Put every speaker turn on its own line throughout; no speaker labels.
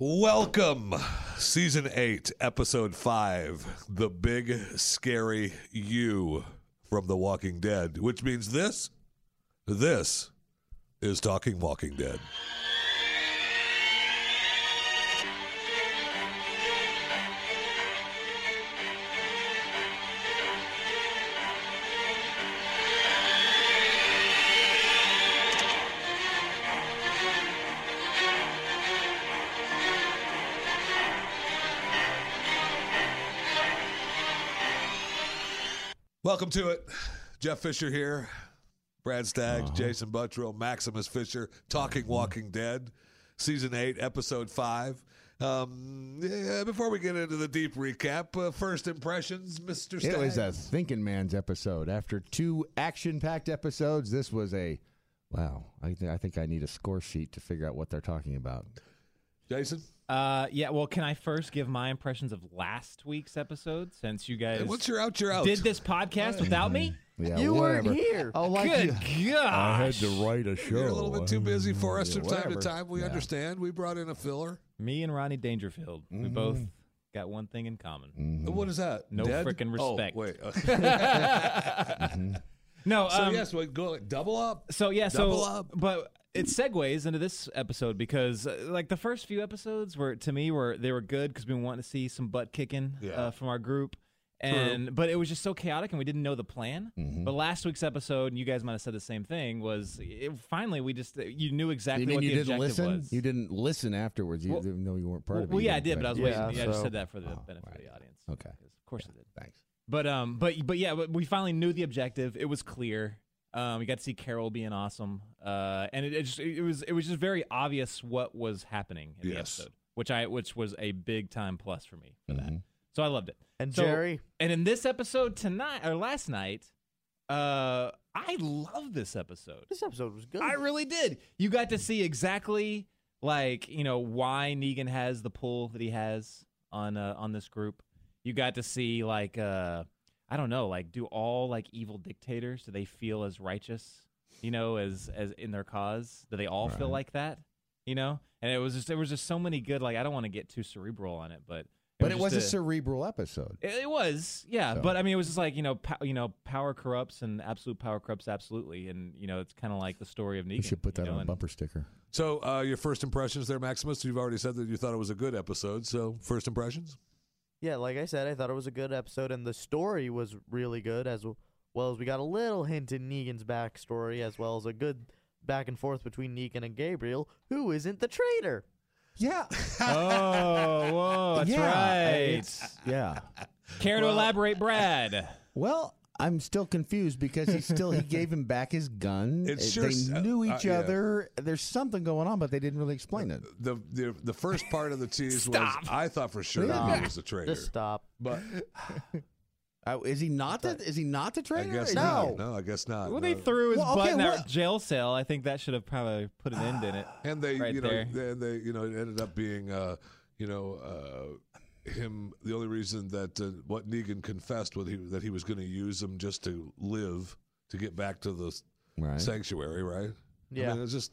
Welcome, season eight, episode five, the big scary you from The Walking Dead, which means this, this is Talking Walking Dead. Welcome to it. Jeff Fisher here, Brad
Uh-huh.
Staggs, Jason Buttrill, Maximus Fisher, Talking Walking Dead, Season 8, Episode 5. Um, yeah, before we get into the deep recap, uh, first impressions, Mr. Staggs.
It was a thinking man's episode. After two action-packed episodes, this was a wow. I, th- I think I need a score sheet to figure out what they're talking about.
Jason?
Uh, yeah. Well, can I first give my impressions of last week's episode since you guys
Once you're out, you're out.
did this podcast without me?
Yeah,
You weren't
whatever.
here.
Oh, like
Good
you.
gosh!
write a show.
You're a little bit too busy for us from time to
whatever.
time. We
Yeah.
understand. We brought in a filler.
Me and Ronnie Dangerfield, we both got one thing in common.
What is that?
No
Dead?
frickin'
Oh,
respect.
wait. Uh,
No.
so
um,
yes, we go double up.
So yeah,
Double
so
up.
but it segues into this episode because uh, like the first few episodes were to me were they were good because we wanted to see some butt kicking uh, from our group. And but it was just so chaotic, and we didn't know the plan.
Mm-hmm.
But last week's episode, and you guys might have said the same thing, was it, finally we just uh, you knew exactly
You mean
what
you
the
didn't
objective
listen?
was.
You didn't listen afterwards. You
Well-
didn't know you weren't part
well,
of it.
well,
You
yeah, I
didn't
did, but I was
play.
waiting.
Yeah,
Yeah, I just
so-
said that for the
Oh,
benefit of the audience.
Okay.
Because of course I did.
Thanks.
But um, but but yeah, but we finally knew the objective. It was clear. Um, we got to see Carol being awesome. Uh, and it, it just it was it was just very obvious what was happening in the
Yes.
episode, which I which was a big time plus for me
Mm-hmm.
for that. So I loved it.
And
So-
Jerry?
And in this episode tonight or last night, uh, I love this episode.
This episode was good.
I really did. You got to see exactly like you know why Negan has the pull that he has on uh, on this group. You got to see like uh I don't know like do all like evil dictators do they feel as righteous you know as as in their cause do they all feel like that you know and it was just there was just so many good like I don't want to get too cerebral on it but
But it was a
just
cerebral episode.
it, it was, yeah.
So-
But I mean, it was just like you know, pow, you know, power corrupts and absolute power corrupts absolutely, and you know, it's kind of like the story of Negan.
You should put
you
that
know,
on a
and-
bumper sticker.
So uh, your first impressions there, Maximus. You've already said that you thought it was a good episode. So first impressions.
Yeah, like I said, I thought it was a good episode, and the story was really good as w- well as we got a little hint in Negan's backstory, as well as a good back and forth between Negan and Gabriel, who isn't the traitor.
Yeah.
Oh, whoa, that's right.
Yeah.
Care to elaborate, Brad?
Well, I'm still confused because he still he gave him back his gun.
It
Uh,
sure s-
they knew
uh,
each
yeah.
other. There's something going on, but they didn't really explain it.
The the, the first part of the tease was
Stop.
I thought for sure that he was a traitor.
Just stop.
But
Uh, is he not? The, is he not the
I
traitor?
guess
Is-
not. No, I guess not.
Well, they
No.
threw his
Well,
butt
okay,
in that
what-
jail cell. I think that should have probably put an end in it.
and they
right
you know
there.
they- and they you know it ended up being uh you know uh him the only reason that uh, what Negan confessed was he, that he was going to use him just to live to get back to the s-
Right.
sanctuary right I
Yeah.
mean, it's just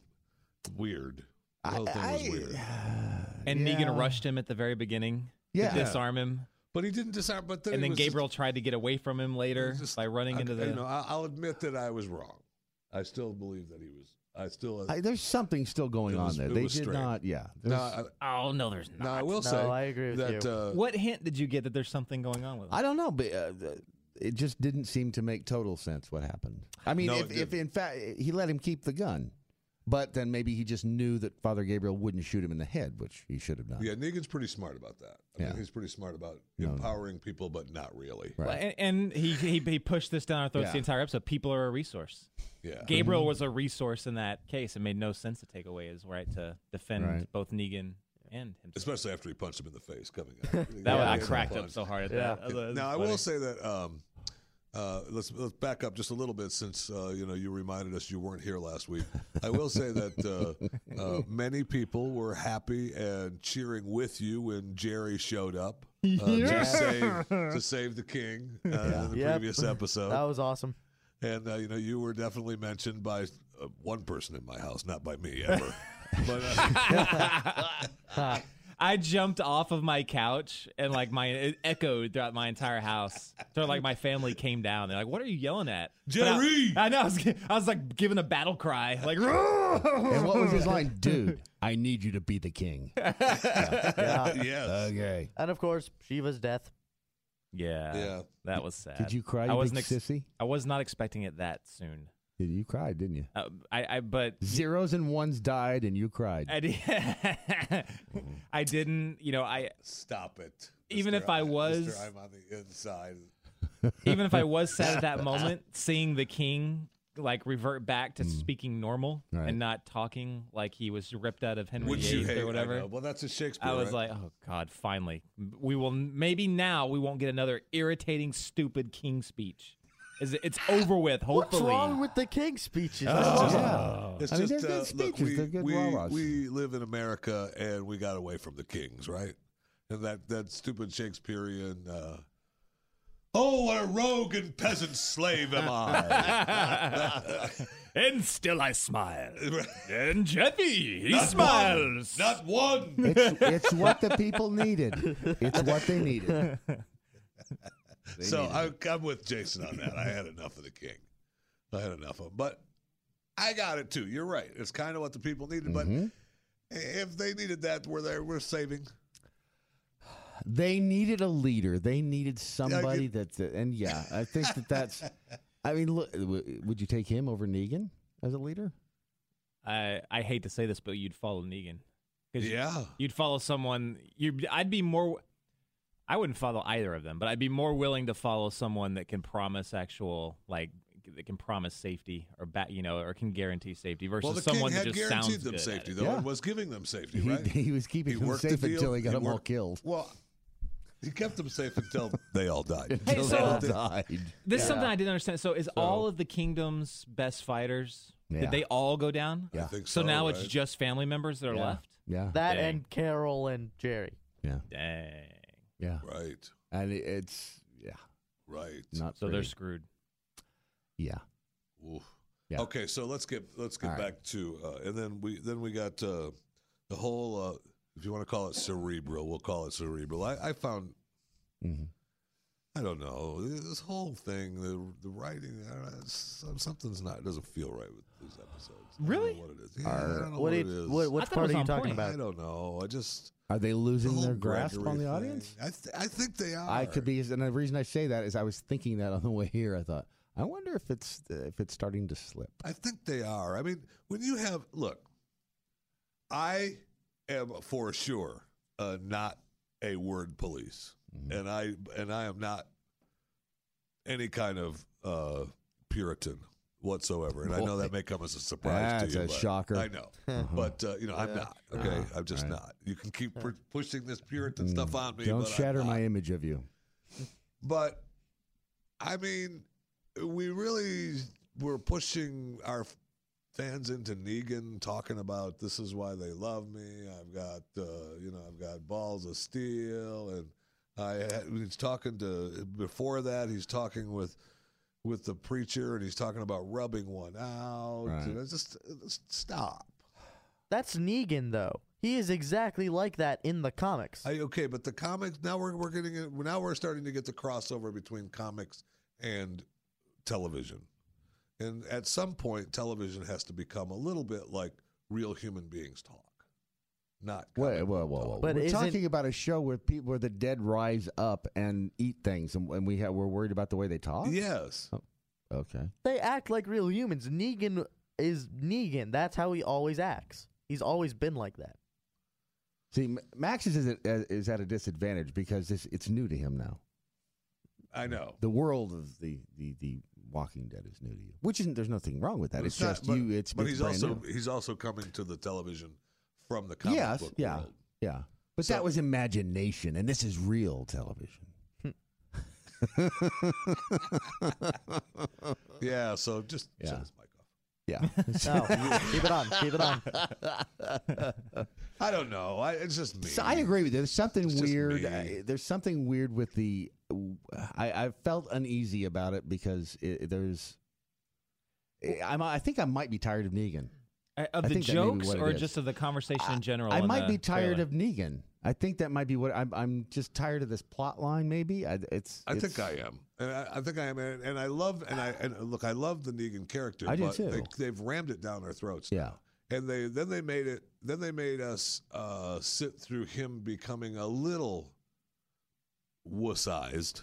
weird the whole thing was weird
And
Yeah.
Negan rushed him at the very beginning
Yeah.
to disarm him,
but he didn't disarm but then,
and
he
then
was just-
Gabriel tried to get away from him later
It's just-
by running
I-
into the.
You know, I, I'll admit that I was wrong. I still believe that he was. I still.
I, there's something still going
It
on
was-
there.
it
They
was
did
strange.
not. Yeah.
now,
There's-
I,
oh no, there's
now I
not.
will
No,
say
I agree with
that
you.
uh,
What hint did you get that there's something going on with him?
I don't know, but uh, th- it just didn't seem to make total sense what happened. I mean,
No,
if,
it
if in fact he let him keep the gun, but then maybe he just knew that Father Gabriel wouldn't shoot him in the head, which he should have done.
yeah, Negan's pretty smart about that. I mean,
Yeah.
he's pretty smart about
No.
empowering people, but not really.
Right.
Well, And, and he, he he pushed this down our throats the
Yeah.
entire episode. People are a resource.
Yeah.
Gabriel was a resource in that case. It made no sense to take away his right to defend
Right.
both Negan and himself.
Especially after he punched him in the face coming up.
That
Yeah,
one, I
yeah,
cracked
punch.
up so hard at
Yeah.
that. I thought it was
now I
funny.
will say that um, uh, let's let's back up just a little bit since uh, you know you reminded us you weren't here last week. I will say that uh, uh, many people were happy and cheering with you when Jerry showed up uh, to save to save the king uh, in the
Yep.
previous episode,
That was awesome.
and uh, you know you were definitely mentioned by uh, one person in my house, not by me ever. but uh,
I jumped off of my couch and like my it echoed throughout my entire house. So like my family came down. They're like, "What are you yelling at?" But I-
Jerry!
I, know. I was, I was like giving a battle cry, like.
And what was his line? Dude, I need you to be the king. Uh,
Yeah.
yes.
Okay.
and of course, Shiva's death.
Yeah,
Yeah.
that was sad.
Did you cry? You
I
I
wasn't
wasn't
ex-
sissy.
I was not expecting it that soon.
Did you cry? Didn't you?
Uh, I, I, but
Zeros and ones died, and you cried.
I, di- I didn't. You know, I
Stop it.
Even if I
I-
was-
Mr. I'm on the inside.
even if I was sad at that moment, seeing the king like revert back
Mm.
to speaking normal
Right.
and not talking like he was ripped out of Henry
Would you
VIII
hate? I
or whatever.
know. Well, that's a Shakespeare.
I was
right?
like, oh God, finally. We will maybe now we won't get another irritating, stupid king speech. Is it, it's over with, hopefully.
What's wrong with the king speeches?
Oh,
oh.
yeah.
It's
I mean,
just
they're good
uh, look,
speeches.
we,
they're good
we,
rah-rahs.
we live in America and we got away from the kings, right? And that that stupid Shakespearean. Uh, oh, what a rogue and peasant slave am I!
and still I smile.
Right.
And Jeffy, he
Not
smiles.
Not one.
It's, it's what the people needed. It's what they needed.
so uh, I, I'm with Jason on that. I had enough of the king. I had enough of him, but I got it too. You're right. It's kind of what the people needed,
Mm-hmm.
but if they needed that, were they were saving.
They needed a leader. They needed somebody
you-
that's. And yeah, I think that that's. I mean, look, w- would you take him over Negan as a leader?
I, I hate to say this, but you'd follow Negan. 'Cause you-
Yeah.
You'd follow someone. You, I'd be more. I wouldn't follow either of them, but I'd be more willing to follow someone that can promise actual, like that can promise safety or bat, you know, or can guarantee safety versus
Well, the king
someone
had
that just sounds
guaranteed them
good at
safety,
it.
though,
Yeah.
and was giving them safety,
He,
right?
he was keeping them
worked the
safe
deal.
until he got
He
them all
worked-
killed.
Well, he kept them safe until they all died.
Until
so-
they all died.
This is something I didn't understand. So, is all of the kingdom's best fighters?
Yeah.
Did they all go down?
I
Yeah.
think
So,
so.
now
right?
it's just family members that are
Yeah.
left.
Yeah.
That
Dang.
and Carol and Jerry.
yeah.
Dang.
Yeah.
right,
And it, it's yeah,
right.
not
So
pretty.
they're screwed.
yeah.
Oof.
Yeah.
Okay, so let's get let's get
All right.
back to uh, and then we then we got uh, the whole uh, if you want to call it cerebral, we'll call it cerebral. I, I found
Mhm.
I don't know this whole thing the the writing I don't know, it's, something's not it doesn't feel right with these episodes. I don't know
Really?
what it is? Yeah, I don't know
What,
what
did-
it is.
what-
I
which
thought it
part
was
are you
on
talking
point.
I
about?
don't know. I just
Are they
the
losing
whole
their grasp
Gregory
on the
thing.
audience?
I th- I think they are.
I could be, and the reason I say that is I was thinking that on the way here. I thought, I wonder if it's if it's starting to slip.
I think they are. I mean, when you have look, I am for sure uh, not a word police,
Mm-hmm.
and I and I am not any kind of uh, Puritan whatsoever. And I know that may come as a surprise
That's
to you.
a
but-
shocker.
I know,
Uh-huh.
but uh, you know, I'm not. Okay, I'm just not. You can keep pu- pushing this Puritan stuff on me.
Mm. Mm-hmm. Don't
but I'm
shatter
not.
my image of you.
But I mean, we really were pushing our f- fans into Negan, talking about this is why they love me. I've got uh, you know, I've got balls of steel, and I had, he's talking to before that. He's talking with with the preacher, and he's talking about rubbing one out.
Right.
And it's just, it's- stop.
That's Negan, though. He is exactly like that in the comics.
I, okay, but the comics now we're we're getting it. Now we're starting to get the crossover between comics and television, and at some point, television has to become a little bit like real human beings talk, not
Wait,
comic
whoa, whoa,
book
whoa!
talk.
But
we're
isn't-
talking about a show where people, where the dead rise up and eat things, and, and we have, we're worried about the way they talk.
Yes,
Okay.
they act like real humans. Negan is Negan. That's how he always acts. He's always been like that.
See, M- Max is at, is at a disadvantage because this it's new to him now.
I know.
The world of the the the Walking Dead is new to you, which isn't. There's nothing wrong with that.
But
It's,
not-
just
but-
you. It's
but
it's
he's
brand
also
new.
he's also coming to the television from the comic
yes,
book
yeah,
world.
yeah. But
So-
that was imagination, and this is real television.
Yeah, so just yeah.
Yeah.
shut his mic off.
Yeah,
No, keep it on. Keep it on.
I don't know. I, it's just me.
So I agree with you. There's something
It's just
weird.
me.
I, there's something weird with the. I, I felt uneasy about it because it, there's. I'm, I think I might be tired of Negan.
Uh, Of
I
the
think that may be
jokes
what it
or
is.
just of the conversation
I-
in general?
I
in
might
the
be tired
trailer?
of Negan. I think that might be what I'm. I'm just tired of this plot line. Maybe I, it's.
I think
it's-
I am, and I, I think I am, and, and I love, and I and look, I love the Negan character.
I do
but
too.
They, they've rammed it down our throats.
Yeah.
and they then they made it. Then they made us uh, sit through him becoming a little wussized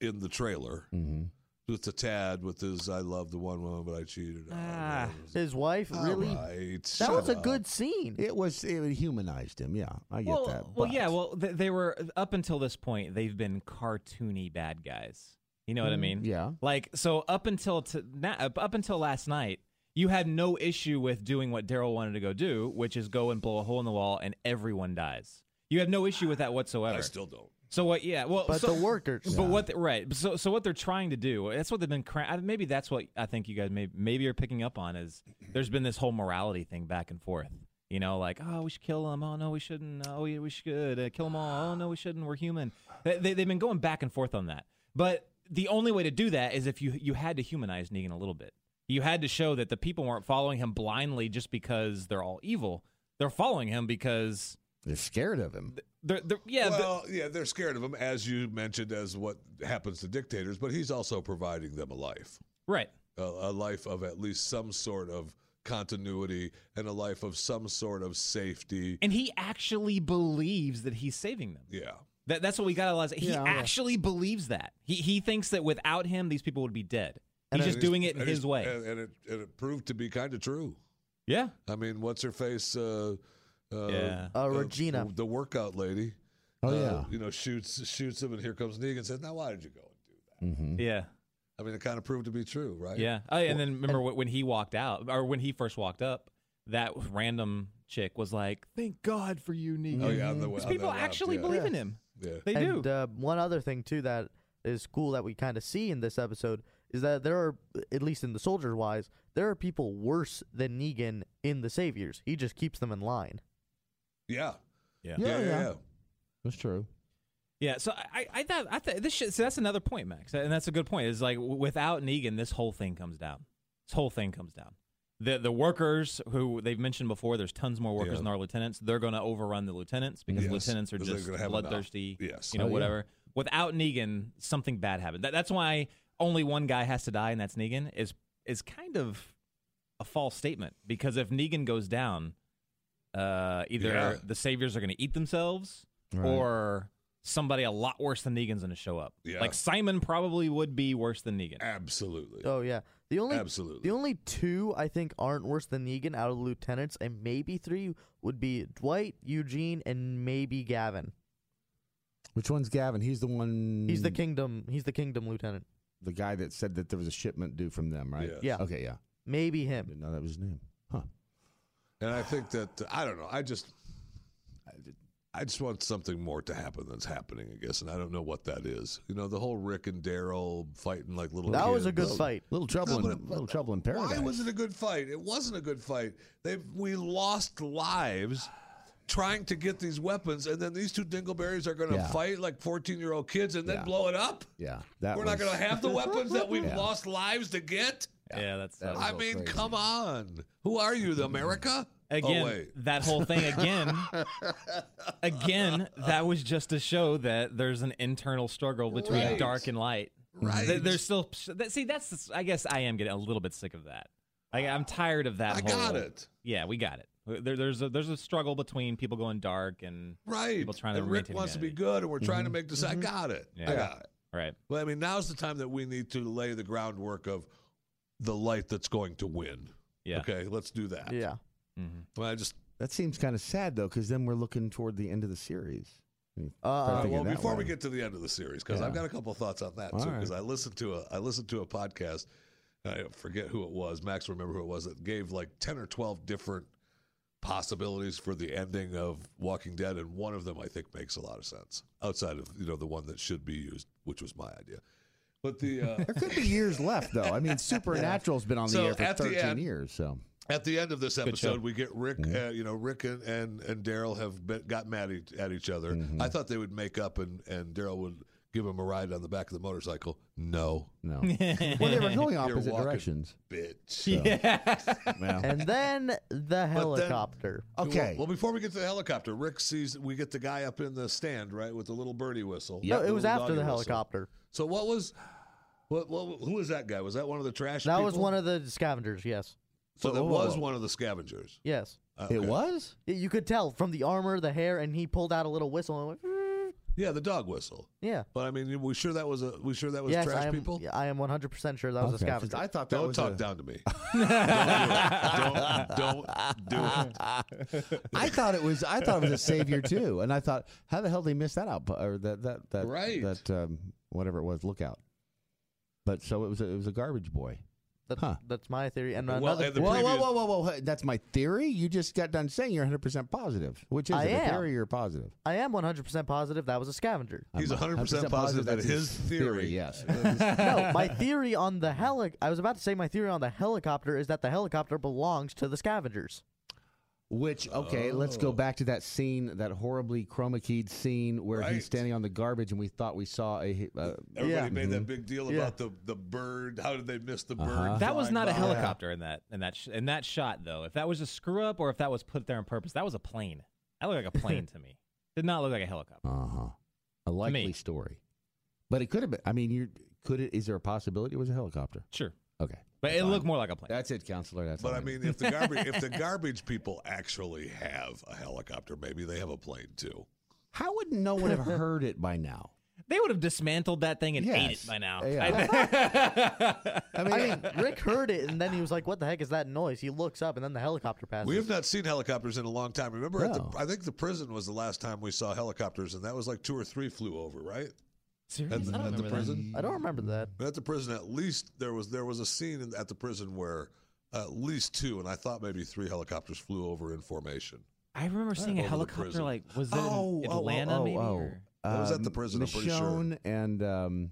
in the trailer,
Mm-hmm.
just a tad with his "I love the one woman, but I cheated." on
Ah.
her."
His wife really.
All right,
That
shut
was a
up.
good scene.
It was. It humanized him. Yeah, I get
well,
that.
well,
but-
yeah. Well, th- they were up until this point. They've been cartoony bad guys. You know what I
Mm,
mean?
Yeah.
Like so, up until to, na up up until last night, you had no issue with doing what Daryl wanted to go do, which is go and blow a hole in the wall and everyone dies. You have no issue with that whatsoever.
I still don't.
so what? Yeah. Well,
But
so-
the workers.
But what? They, right. So so what they're trying to do? That's what they've been. Cra- I- maybe that's what I think you guys may, maybe are picking up on is there's been this whole morality thing back and forth. You know, like oh we should kill them. Oh no we shouldn't. Oh yeah, we should uh, kill them all. Oh no we shouldn't. We're human. They, they, they've been going back and forth on that. But the only way to do that is if you you had to humanize Negan a little bit. You had to show that the people weren't following him blindly just because they're all evil. They're following him because
They're scared of him.
they're, they're yeah. they're-
well, yeah, they're scared of him, as you mentioned, as what happens to dictators. But he's also providing them a life,
right.
a, a life of at least some sort of continuity and a life of some sort of safety.
And he actually believes that he's saving them.
Yeah,
That, that's what we got to realize. He
Yeah.
actually believes that. He he thinks that without him, these people would be dead. He's just doing it
and
his
it's-
way.
and, and it and it proved to be kind of true.
yeah.
I mean, what's her face? Uh, uh,
Yeah.
Uh, Regina.
the workout lady.
Oh
uh,
yeah.
you know, shoots shoots him, and here comes Negan. Says, "Now, why did you go and do that?"
Mm-hmm.
Yeah.
I mean, it kind of proved to be true, right?
Yeah. Oh, yeah, and then remember wh- when he walked out, or when he first walked up, that random chick was like, "Thank God for you, Negan."
Oh yeah, on the, on
These
the
people
left,
actually
yeah.
believe
Yeah.
in him.
Yeah.
They
and
do.
uh, one other thing too that is cool that we kind of see in this episode is that there are, at least in the soldier wise, there are people worse than Negan in the Saviors. He just keeps them in line.
yeah,
Yeah.
yeah, yeah,
yeah.
yeah.
That's true.
Yeah, so I, I thought I thought this shit. So that's another point, Max, and that's a good point. Is like w- without Negan, this whole thing comes down. This whole thing comes down. The the workers who they've mentioned before. There's tons more workers
Yeah.
than our lieutenants. They're going to overrun the lieutenants because
Yes.
lieutenants are
They're
just
gonna have 'em out.
bloodthirsty.
Yes.
you know
Oh, yeah.
whatever. Without Negan, something bad happened. That, that's why only one guy has to die, and that's Negan. Is is kind of a false statement because if Negan goes down, uh, either
Yeah.
the saviors are going to eat themselves
Right.
or somebody a lot worse than Negan's going to show up.
Yeah.
Like Simon probably would be worse than Negan.
Absolutely.
Oh yeah, the only
Absolutely.
the only two I think aren't worse than Negan out of the lieutenants, and maybe three would be Dwight, Eugene, and maybe Gavin.
Which one's Gavin? He's the one.
He's the kingdom. He's the kingdom lieutenant.
the guy that said that there was a shipment due from them, right?
Yes.
Yeah.
Okay. Yeah.
Maybe
I
him.
didn't know that was his name. Huh.
And I think that I don't know. I just, I just want something more to happen than's happening, I guess. And I don't know what that is. You know, the whole Rick and Daryl fighting like little.
That was a
kids.
good fight.
Little trouble.
No,
in,
but-
little trouble in paradise.
Why was it a good fight? It wasn't a good fight. They we lost lives trying to get these weapons, and then these two dingleberries are going to
Yeah.
fight like fourteen-year-old kids, and then
Yeah.
blow it up.
Yeah. That
We're
was,
not going to have the weapons that we've
Yeah.
lost lives to get.
Yeah, that's
That was
I
all
mean,
crazy.
come on. Who are you, the America?
again
Oh, wait.
that whole thing again. again, that was just to show that there's an internal struggle between
Right.
dark and light.
Right.
Th- There's still that, see that's I guess I am getting a little bit sick of that. I, I'm tired of that.
I
whole-
got it.
Yeah, we got it. There, there's a there's a struggle between people going dark and
Right.
people trying to
and Rick
maintain
wants to be
humanity.
good, and we're trying to make this. I got it. I
Mm-hmm. Yeah.
got it.
right.
Well, I mean, now's the time that we need to lay the groundwork of the light that's going to win.
Yeah.
Okay, let's do that.
Yeah.
Mhm.
Well, I just
That seems kind of sad though, because then we're looking toward the end of the series.
Uh,
uh,
thinking
well
that
before
way.
we get to the end of the series because I've
Yeah.
got a couple thoughts on that
All
too
right.
because I listened to a I listened to a podcast I forget who it was Max will remember who it was that gave like ten or twelve different possibilities for the ending of Walking Dead and one of them I think makes a lot of sense outside of you know the one that should be used which was my idea but the uh,
There could be years left though. I mean, Supernatural's been on the
So,
air for
at the
13
end-
years, so
At the end of this episode, we get Rick.
Mm-hmm.
Uh, you know, Rick and
Mm-hmm.
and, and Daryl have been, got mad at, at each other. I thought they would make up, and and Daryl would give him a ride on the back of the motorcycle. No,
No. well, they were going opposite
walking.
directions.
bitch.
yeah.
Well,
And then the helicopter.
okay.
Well, well, before we get to the helicopter, Rick sees we get the guy up in the stand, right, with the little birdie whistle.
no, it was
Little
after
doggy
the
whistle.
helicopter.
So what was, what, what, who was that guy? Was that one of the trash?
That was one of the scavengers. Yes,
So that
Whoa, whoa,
was
whoa.
one of the scavengers.
yes.
Uh,
it
okay.
was.
Y- You could tell from the armor, the hair, and he pulled out a little whistle and went. "Vroom."
Yeah, the dog whistle.
Yeah.
But I mean, we sure that was a we sure that was
yes,
trash
I am.
people.
yeah, I am 100 percent sure that was
Okay.
a scavenger.
I thought that
Don't
was
talk
a-
down to me. don't, do it. don't don't do it.
I thought it was. I thought it was a savior too, and I thought, how the hell did they miss that out? Or that that that
Right.
that um, whatever it was, lookout. But so it was. A, it was a garbage boy.
That-
Huh.
That's my theory. And
Well,
another.
and the
whoa, whoa,
previous-
whoa, whoa, whoa, whoa! That's my theory. You just got done saying you're 100 percent positive. Which is
I
it, a
am.
theory or positive?
I am 100 percent positive that was a scavenger.
He's 100% positive that
that's
his theory-
Yes.
no, my theory on the heli. I was about to say my theory on the helicopter is that the helicopter belongs to the scavengers.
Which okay, let's
Oh.
go back to that scene, that horribly chroma keyed scene where
Right.
he's standing on the garbage, and we thought we saw a. Uh,
Everybody
Yeah.
made that big deal
Yeah.
about the the bird. How did they miss the bird?
Uh-huh.
That was
flying
not a
by?
helicopter in that in that sh- in that shot though. If that was a screw up or if that was put there on purpose, that was a plane. That looked like a plane to me. Did not look like a helicopter.
uh huh. A likely
me.
story, but it could have been. I mean, you could it? Is there a possibility it was a helicopter?
Sure,
Okay,
but it looked more like a plane.
that's it, counselor. That's.
But
all
I mean, if the garbage if the garbage people actually have a helicopter, maybe they have a plane too.
how would no one have heard it by now?
They would have dismantled that thing and ate
Yes.
it by now.
Yeah.
I think-
I mean, Rick heard it and then he was like, "What the heck is that noise?" He looks up and then the helicopter passes.
We have not seen helicopters in a long time. Remember, at
No.
the, I think the prison was the last time we saw helicopters, and that was like two or three flew over, right? At the,
I don't
at the
remember that.
prison,
I don't remember that.
at the prison, at least there was there was a scene in, at the prison where at least two, and I thought maybe three helicopters flew over in formation.
I remember seeing a
Over the
helicopter
prison.
like was it in Atlanta maybe? or-
That was at the
Oh, Um,
prison, I'm pretty sure.
Michonne and um,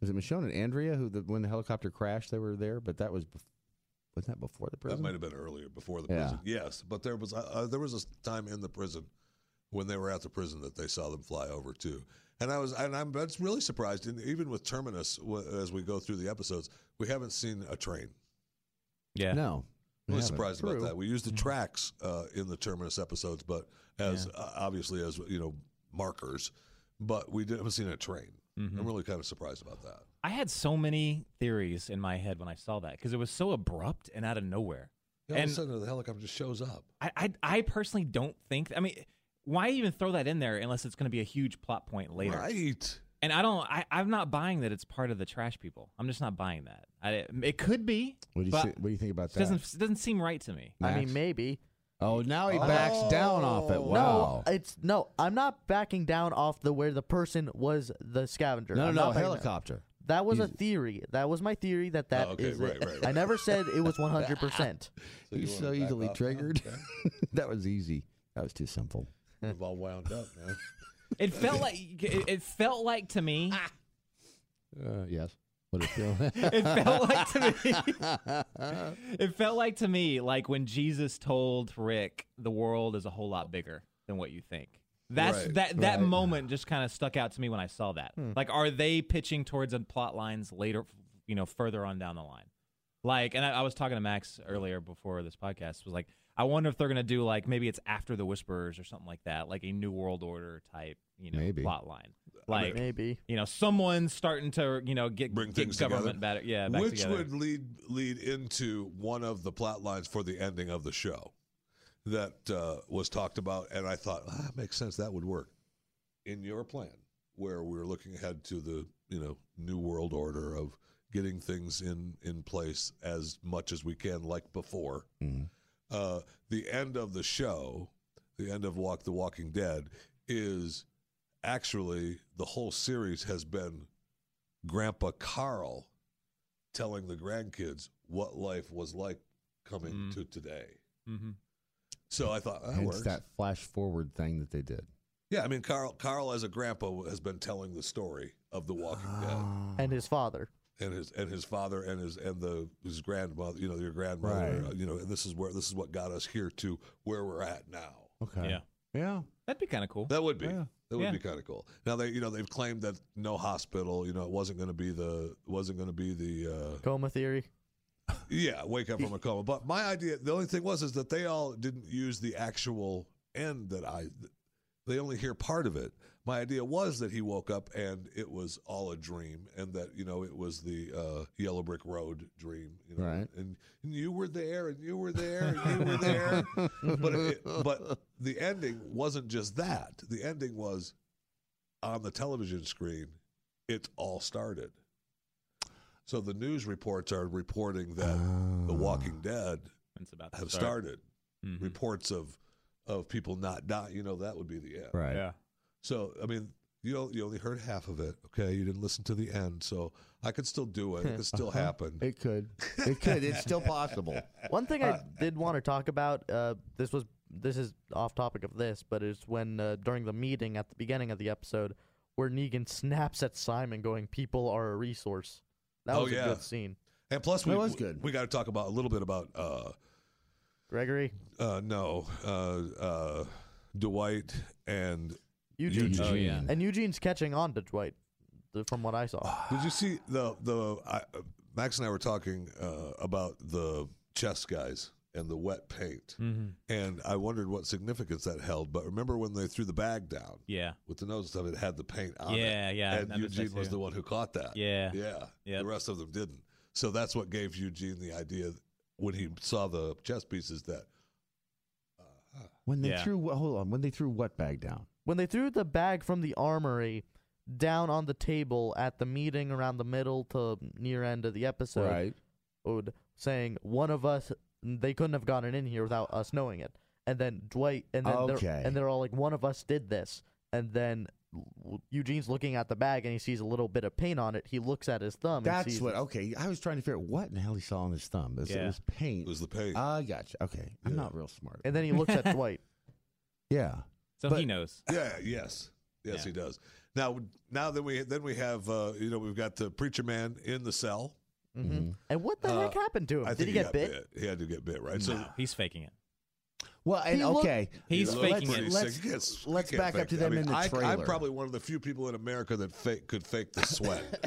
was it Michonne and Andrea who the, when the helicopter crashed they were there, but that was bef- wasn't that before the prison?
That might have been earlier, before the
Yeah.
prison. Yes, but there was uh, there was a time in the prison when they were at the prison that they saw them fly over too. And I was and I'm that's really surprised. And even with Terminus, w- as we go through the episodes, we haven't seen a train.
yeah.
No,
Really
haven't.
surprised
True.
about that. We used the tracks uh, in the Terminus episodes, but as uh, obviously as you know markers, but we didn't, haven't seen a train.
Mm-hmm.
I'm really kind of surprised about that.
I had so many theories in my head when I saw that because it was so abrupt and out of nowhere.
Yeah, all of
And-
a sudden, the helicopter just shows up.
I, I I personally don't think. I mean, why even throw that in there unless it's going to be a huge plot point later?
Right.
And I don't. I, I'm not buying that it's part of the trash people. I'm just not buying that. I, it could be.
What do you
but
see, what do you think about
it
that?
doesn't it doesn't seem right to me.
I
Max?
mean, maybe.
Oh, now he backs down off it. Wow.
No, it's no. I'm not backing down off the where the person was the scavenger.
no,
I'm
no,
not backing down.
helicopter.
That was a
He's-
theory. That was my theory that that is.
Oh, okay,
it.
right, right,
I never said it was 100. percent
you
He's
wanna
so
back
easily
off now?
triggered. that was easy. That was too simple.
We've all wound up, man.
It felt like it, it felt like to me.
Uh, yes. What a feel.
It felt like to me. it felt like to me like when Jesus told Rick the world is a whole lot bigger than what you think. That's
Right,
that that
right. Hmm.
moment just kind of stuck out to me when I saw that. Like, are they pitching towards a plot lines later? You know, further on down the line. Like, and I, I was talking to Max earlier before this podcast was like, I wonder if they're gonna do like maybe it's after the Whisperers or something like that, like a New World Order type, you know,
Maybe.
plot line. Like,
Maybe.
you know, someone starting to, you know, get,
Bring
get
things
government
together.
back, yeah, back
Which
together.
would lead lead into one of the plot lines for the ending of the show that uh, was talked about, and I thought ah, that makes sense. That would work in your plan, where we were looking ahead to the you know new world order of getting things in in place as much as we can, like before.
Mm.
Uh, the end of the show, the end of Walk the Walking Dead, is actually the whole series has been Grandpa Carl telling the grandkids what life was like coming
Mm.
to today.
mm-hmm.
So I thought that
Hence
works.
that flash forward thing that they did.
Yeah, I mean Carl Carl as a grandpa has been telling the story of the Walking
Ah.
And his father.
Dead and his and his father and his and the his grandmother, you know, your grandmother,
Right.
uh, you know, and this is where this is what got us here to where we're at now.
Okay.
Yeah.
Yeah.
That'd be kind of cool.
That would be.
Yeah.
That That would
Yeah.
be kind of cool. Now they, you know, they've claimed that no hospital. You know, it wasn't going to be the wasn't going to be the
Coma theory.
uh, yeah wake up from a coma. But my idea, the only thing was, is that they all didn't use the actual end that I. They only hear part of it. My idea was that he woke up and it was all a dream, and that you know it was the uh, yellow brick road dream. You know?
Right.
And, and you were there, and you were there, and you were there. but it, but the ending wasn't just that. The ending was on the television screen. It all started. So the news reports are reporting that The
Ah.
Walking Dead
It's about to
have
start.
started.
Mhm.
Mm-hmm.
Reports of of people not dying. You know that would be the end.
Right.
Yeah.
So I mean, you o- you only heard half of it. Okay, you didn't listen to the end. So I could still do it. It could
Uh-huh.
still happen.
It could. It could. It's still possible.
One thing
Uh,
I did want to talk about. Uh, this was this is off topic of this, but it's when uh, during the meeting at the beginning of the episode where Negan snaps at Simon, going, "People are a resource." That
Oh,
was
yeah.
a good scene.
And plus, we
That was good.
we got to talk about a little bit about. uh
Gregory,
Uh, no, uh, uh, Dwight and
Eugene,
Eugene.
Oh, yeah.
and Eugene's catching on to Dwight, th- from what I saw.
Did you see the the I, uh, Max and I were talking uh, about the chess guys and the wet paint,
Mhm.
and I wondered what significance that held. But remember when they threw the bag down
Yeah.
with the nose of it had the paint on it,
Yeah. Yeah.
and
I noticed that
Eugene was
too.
the one who caught that.
Yeah.
yeah.
Yep.
The rest of them didn't. So that's what gave Eugene the idea when he saw the chess pieces that
When they
Yeah.
threw wh- hold on, when they threw what bag down?
When they threw the bag from the armory down on the table at the meeting around the middle to near end of the episode, episode saying one of us they couldn't have gotten in here without us knowing it and then dwight and then
Okay.
they're, and they're all like one of us did this and then w- eugene's looking at the bag and he sees a little bit of paint on it he looks at his thumb and
That's
sees
what.
it's-
Okay, I was trying to figure out what in the hell he saw on his thumb. It was, it
Yeah.
was paint.
it was the paint.
I gotcha. Okay, I'm
Yeah.
not real smart.
and then he looks at dwight
yeah,
So
But-
he knows.
Yeah. Yes. Yes,
Yeah.
he does. Now, now then we then we have uh, you know we've got the preacher man in the cell.
hmm
Mm-hmm.
and what the
Uh,
heck happened to him
I
did
think
he get
got
bit?
He had to get bit, right? So
No, he's faking it.
Well, and
He looked-
okay,
He's
he looked
faking
pretty
it.
sick.
Let's-
He gets- he
let's
can't
back up
fake
to
it.
them
I mean,
in the
I, I'm
trailer.
probably one of the few people in America that fake could fake the sweat.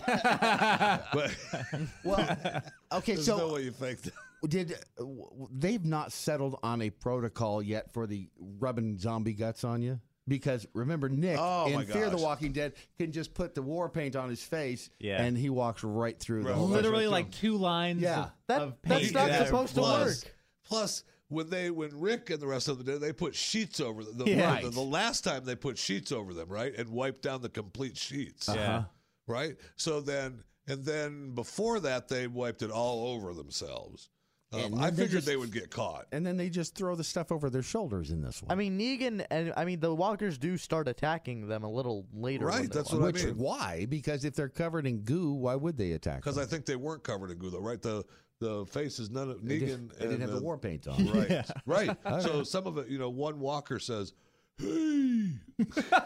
but
well, okay.
there's
so
no way you fake that.
did uh, w- w- they've not settled on a protocol yet for the rubbing zombie guts on you? Because remember, Nick
Oh,
in
my
Fear the
gosh.
Walking Dead can just put the war paint on his face,
Yeah.
and he walks right through the
Right.
whole
Literally,
Literally like two lines
Yeah.
of,
That-
of
that's
paint.
not
Yeah.
supposed to
plus,
work.
Plus, when they when Rick and the rest of the day they put sheets over them. The,
Yeah.
the, the last time they put sheets over them, right, and wiped down the complete sheets.
Yeah.
right? So then, and then before that, they wiped it all over themselves.
And
Um,
then
I
they
figured
just-
they would get caught.
And then they just throw the stuff over their shoulders in this one.
i mean negan and i mean the walkers do start attacking them a little later when
Right,
they
that's
walk-
what I
Which
mean.
why? Because if they're covered in goo, why would they attack?
Because
them?
I think they weren't covered in goo, though, right? The the faces, none of
they,
Negan.
didn't- they didn't
and,
have
uh,
the war paint on.
Right, right. So some of it, you know, one walker says, "Hey,
wait,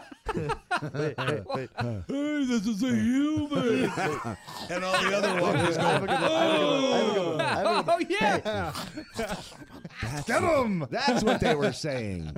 wait, wait.
hey, this is a human," and all the other walkers
I have a
go, "Oh."
good one, I have a good one, I have a good one, I have a good one.
Oh yeah.
Get 'em! That's what they were saying.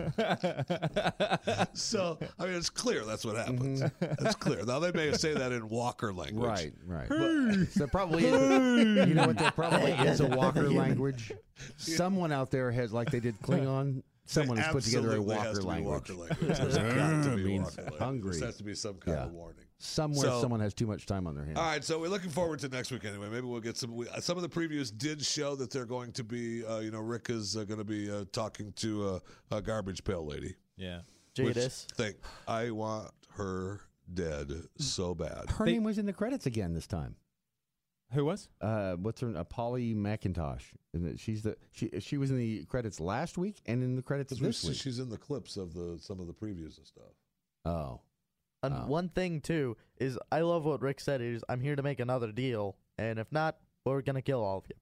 "So I mean, it's clear that's what happens. It's clear." Now they may say that in walker language,
Mm-hmm. Right, right. But- So probably, is, you know what? There probably is a Walker language. Someone out there has, like they did Klingon. Someone has put together a
Absolutely has
Walker
to be
language.
Walker language. There's got to be
Means
Walker language.
hungry.
There has to be some kind of
Yeah.
warning.
Somewhere,
So- Uh,
someone has too much time on their hands.
All right, so we're looking forward to next week anyway. Maybe we'll get some. We, some of the previews did show that they're going to be, uh, you know, Rick is uh, going to be uh, talking to uh, a garbage pail lady.
Yeah.
which
Jadis.
Thing I want her dead so bad.
Her
They-
name was in the credits again this time.
Who was?
Uh, what's her? Uh, Polly McIntosh. And that she's the she. She was in the credits last week and in the credits this week.
She's in the clips of the some of the previews and stuff.
oh,
And
Oh.
one thing too is I love what Rick said is I'm here to make another deal, and if not, we're gonna kill all of you.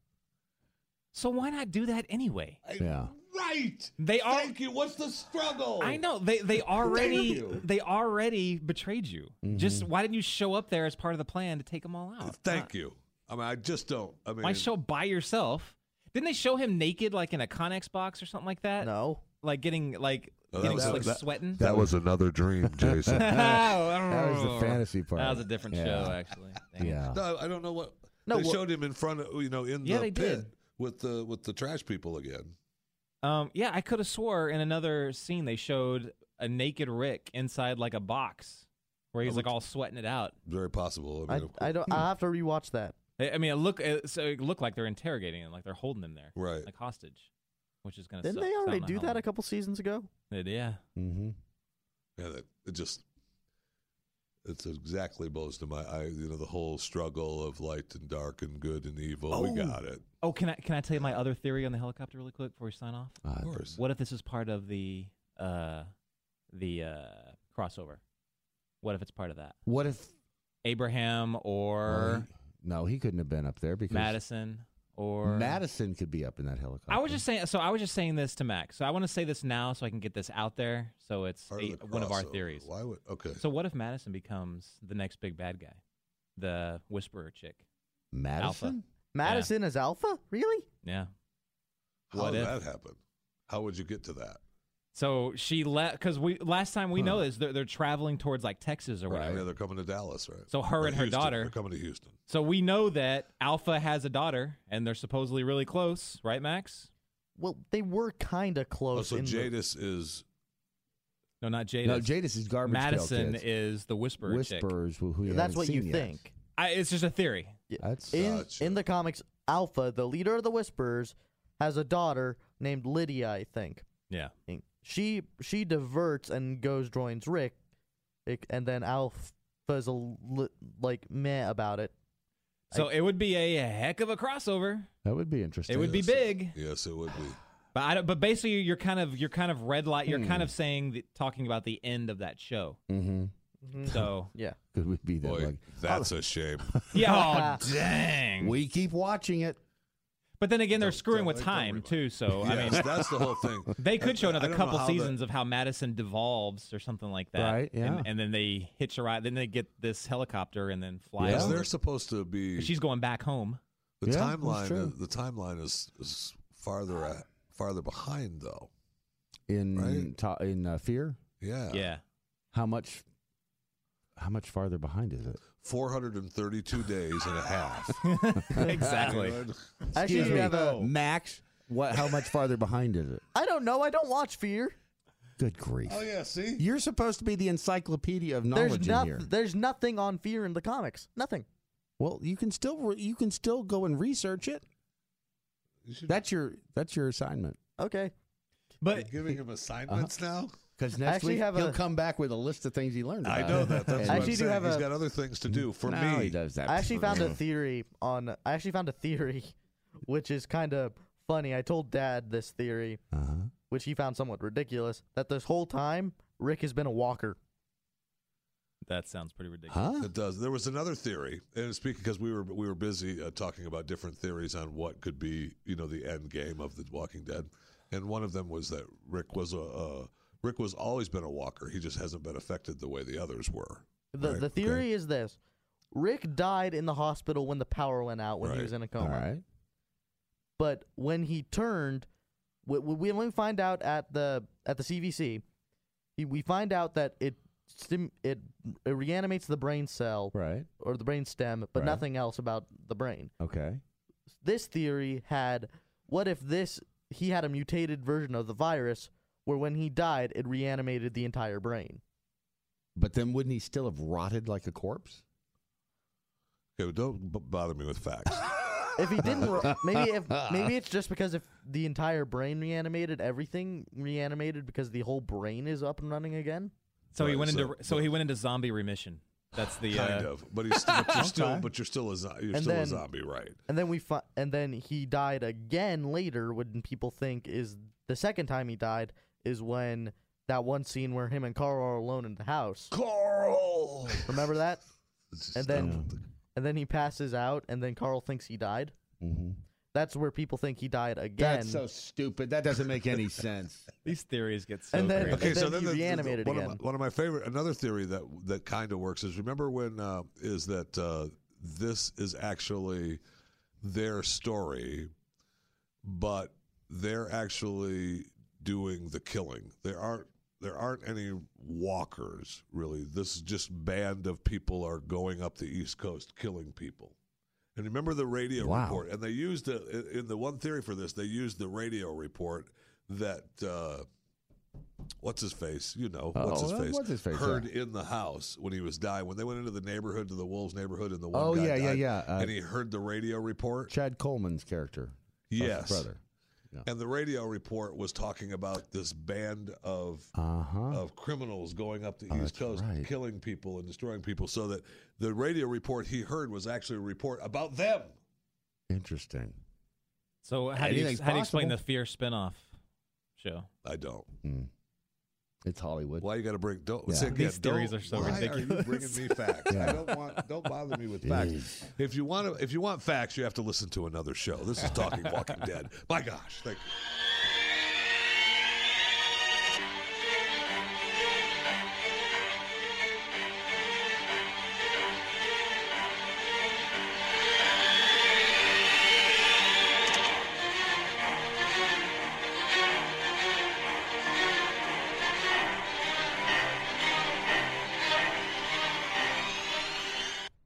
So why not do that anyway?
yeah.
Right.
They are-
Thank you. What's the struggle?
I know they they already
Oh. you. Mm-hmm.
they already betrayed you. Just why didn't you show up there as part of the plan to take them all out?
Thank you. I mean, I just don't. I mean,
Why show by yourself? Didn't they show him naked like in a Connex box or something like that?
No,
like getting like
Oh, that
getting
was-
like
that-
sweating.
That was another dream, Jason.
That was the fantasy part.
Oh. That was a different
Yeah.
show, actually. Dang it.
Yeah.
no, I don't know what
No,
they
wha-
showed him in front of you know in
Yeah,
the
they
pit
did.
with the with the trash people again.
Um, yeah, I could have swore in another scene they showed a naked Rick inside like a box where
Oh,
he's like all sweating it out.
Very possible. I mean,
I,
hmm. of
I
course-
don't. uh, I have to rewatch that.
I I mean, it look it, so it looked like they're interrogating him, like they're holding him there,
right.
like hostage, which is gonna.
Didn't
suck.
they
It's not
already
my
do that
home.
a couple seasons ago?
They- yeah,
Mm-hmm.
Yeah, that, it just it's exactly blows to my eye. You know, the whole struggle of light and dark and good and evil. We
Oh.
got it.
Oh, can I can I tell you my other theory on the helicopter really quick before we sign off?
Of course.
What if this is part of the uh the uh crossover? What if it's part of that?
what if?
Abraham or
No, he couldn't have been up there because
Madison or
Madison could be up in that helicopter.
I was just saying so I was just saying this to Max. So I want to say this now so I can get this out there so it's
Part
a-
the
one of our
crossover.
theories.
Why would okay?
So what if Madison becomes the next big bad guy? The whisperer chick.
Madison.
Madison is Alpha, really?
Yeah.
How
what
did
if?
that happen? How would you get to that?
So she left because we last time we know
Huh.
is they're, they're traveling towards like Texas or
Right.
whatever.
Yeah, they're coming to Dallas, right?
So her
Or
and her
Houston.
daughter.
They're coming to Houston.
So we know that Alpha has a daughter, and they're supposedly really close, right, Max?
Well, they were kind of close.
Oh, so
in the-
Jadis is
No, not Jada.
No, Jadis is garbage. Pail
Madison
Kids.
is the whisperer. chick.
Whisperers. Who, who you
that's
haven't
what you
seen yet.
think.
I, it's just a theory.
That's
In
Gotcha.
in the comics, Alpha, the leader of the Whisperers, has a daughter named Lydia. I think.
Yeah.
think. She she diverts and goes joins Rick, Rick- and then Alpha's a li- like meh about it.
So it would be a heck of a crossover.
that would be interesting.
It would be
Yes, it-
big,
yes, it would be.
but I don't, but basically you're kind of you're kind of red light. You're
Hmm.
kind of saying the, talking about the end of that show.
Mm-hmm.
So
Yeah.
Could we be that?
Boy,
like,
that's a shame.
yeah, oh, dang.
we keep watching it.
but then again, they're
Don't-
screwing
don't
with
like
time
everybody.
too. So I
Yes,
mean,
that's the whole thing.
They could show
I- I
another
don't know
couple
how that-
seasons of how Madison devolves or something like that.
Right, yeah.
And, and then they hitch a ride. Then they get this helicopter and then fly.
Yeah.
Because
over.
they're supposed to be.
She's going back home.
The
Yeah, that's
timeline,
true.
is, the timeline is, is farther a farther behind though.
in
Right.
to, in uh, fear
Yeah,
yeah.
how much how much farther behind is it
four hundred and thirty-two days and a half.
exactly.
Good.
Actually,
Excuse
you
me. Oh.
have a.
max what how much farther behind is it
I don't know. I don't watch Fear.
good grief
Oh yeah, see,
you're supposed to be the encyclopedia of knowledge
There's
in
nothing.
here
There's nothing on Fear in the comics. Nothing.
well you can still re- you can still go and research it
you should
that's your that's your assignment
Okay.
be
But
giving him assignments now.
because
I
next
actually
week
have
he'll
a-
come back with a list of things he learned
I
about
know that.
it.
That's
And-
what I'm
Actually, do
saying.
have
He's
a-
got other things to do. For
No,
me,
he does that
I actually found a theory on. I actually found a theory, which is kind of funny. I told Dad this theory,
uh-huh.
which he found somewhat ridiculous. That this whole time Rick has been a walker.
that sounds pretty ridiculous.
huh
It does. There was another theory, and speaking because we were we were busy uh, talking about different theories on what could be you know the end game of the Walking Dead, and one of them was that Rick was a uh, Rick was always been a walker. He just hasn't been affected the way the others were.
The
Right,
the
okay.
theory is this: Rick died in the hospital when the power went out when
Right.
he was in a coma.
all right
But when he turned, we, we only find out at the at the CVC. he- We find out that it stim, it it reanimates the brain cell
right
or the brain stem, but
Right.
nothing else about the brain.
okay
This theory had what if this he had a mutated version of the virus where when he died it reanimated the entire brain.
but then wouldn't he still have rotted like a corpse
Okay, well, don't b- bother me with facts.
If he didn't, ro- maybe if maybe it's just because if the entire brain reanimated, everything reanimated because the whole brain is up and running again.
So he
Right,
went
so-
into so he went into zombie remission. That's the uh,
kind of, but he's still, but you're still
Okay.
but you're still a zo- you're
And
still a
then-
zombie, right?
And then we fi- and then he died again later. When people think is the second time he died is when that one scene where him and Carl are alone in the house.
Carl.
Remember that? And then
Stop.
and then he passes out, and then Carl thinks he died.
mm-hmm.
That's where people think he died again.
That's so stupid. That doesn't make any sense.
these theories get so
And then-
creative.
Okay, so- then he reanimated
one Of
again.
my, one of my favorite, another theory that that kind of works is remember when uh, is that uh, this is actually their story, but they're actually doing the killing. There aren't there aren't any walkers really. This is just band of people are going up the East Coast killing people. And remember the radio
Wow.
report, and they used a, in- in the one theory for this. They used the radio report that uh, what's his face, you know, what's
Oh,
his
uh,
face,
what's his face,
heard in the house when he was dying. When they went into the neighborhood to the wolves' neighborhood, and the one
Oh
guy
yeah, yeah,
died,
yeah. Uh,
and he heard the radio report.
Chad Coleman's character, Buff's
yes,
brother.
and the radio report was talking about this band of
Uh huh.
of criminals going up the
Oh,
East
that's
Coast,
right.
killing people and destroying people, so that the radio report he heard was actually a report about them.
Interesting.
So how do you
Anything's
how do you explain the
possible.
Fear spinoff show?
I don't.
Mm. It's Hollywood.
Why you got to bring? Don't
Yeah.
say again,
These theories
don't-
are so
why Are you
ridiculous.
bringing me facts?
Yeah.
I don't want. Don't bother me with facts. If you want to, if you want facts, you have to listen to another show. This is Talking Walking Dead. My gosh, thank you.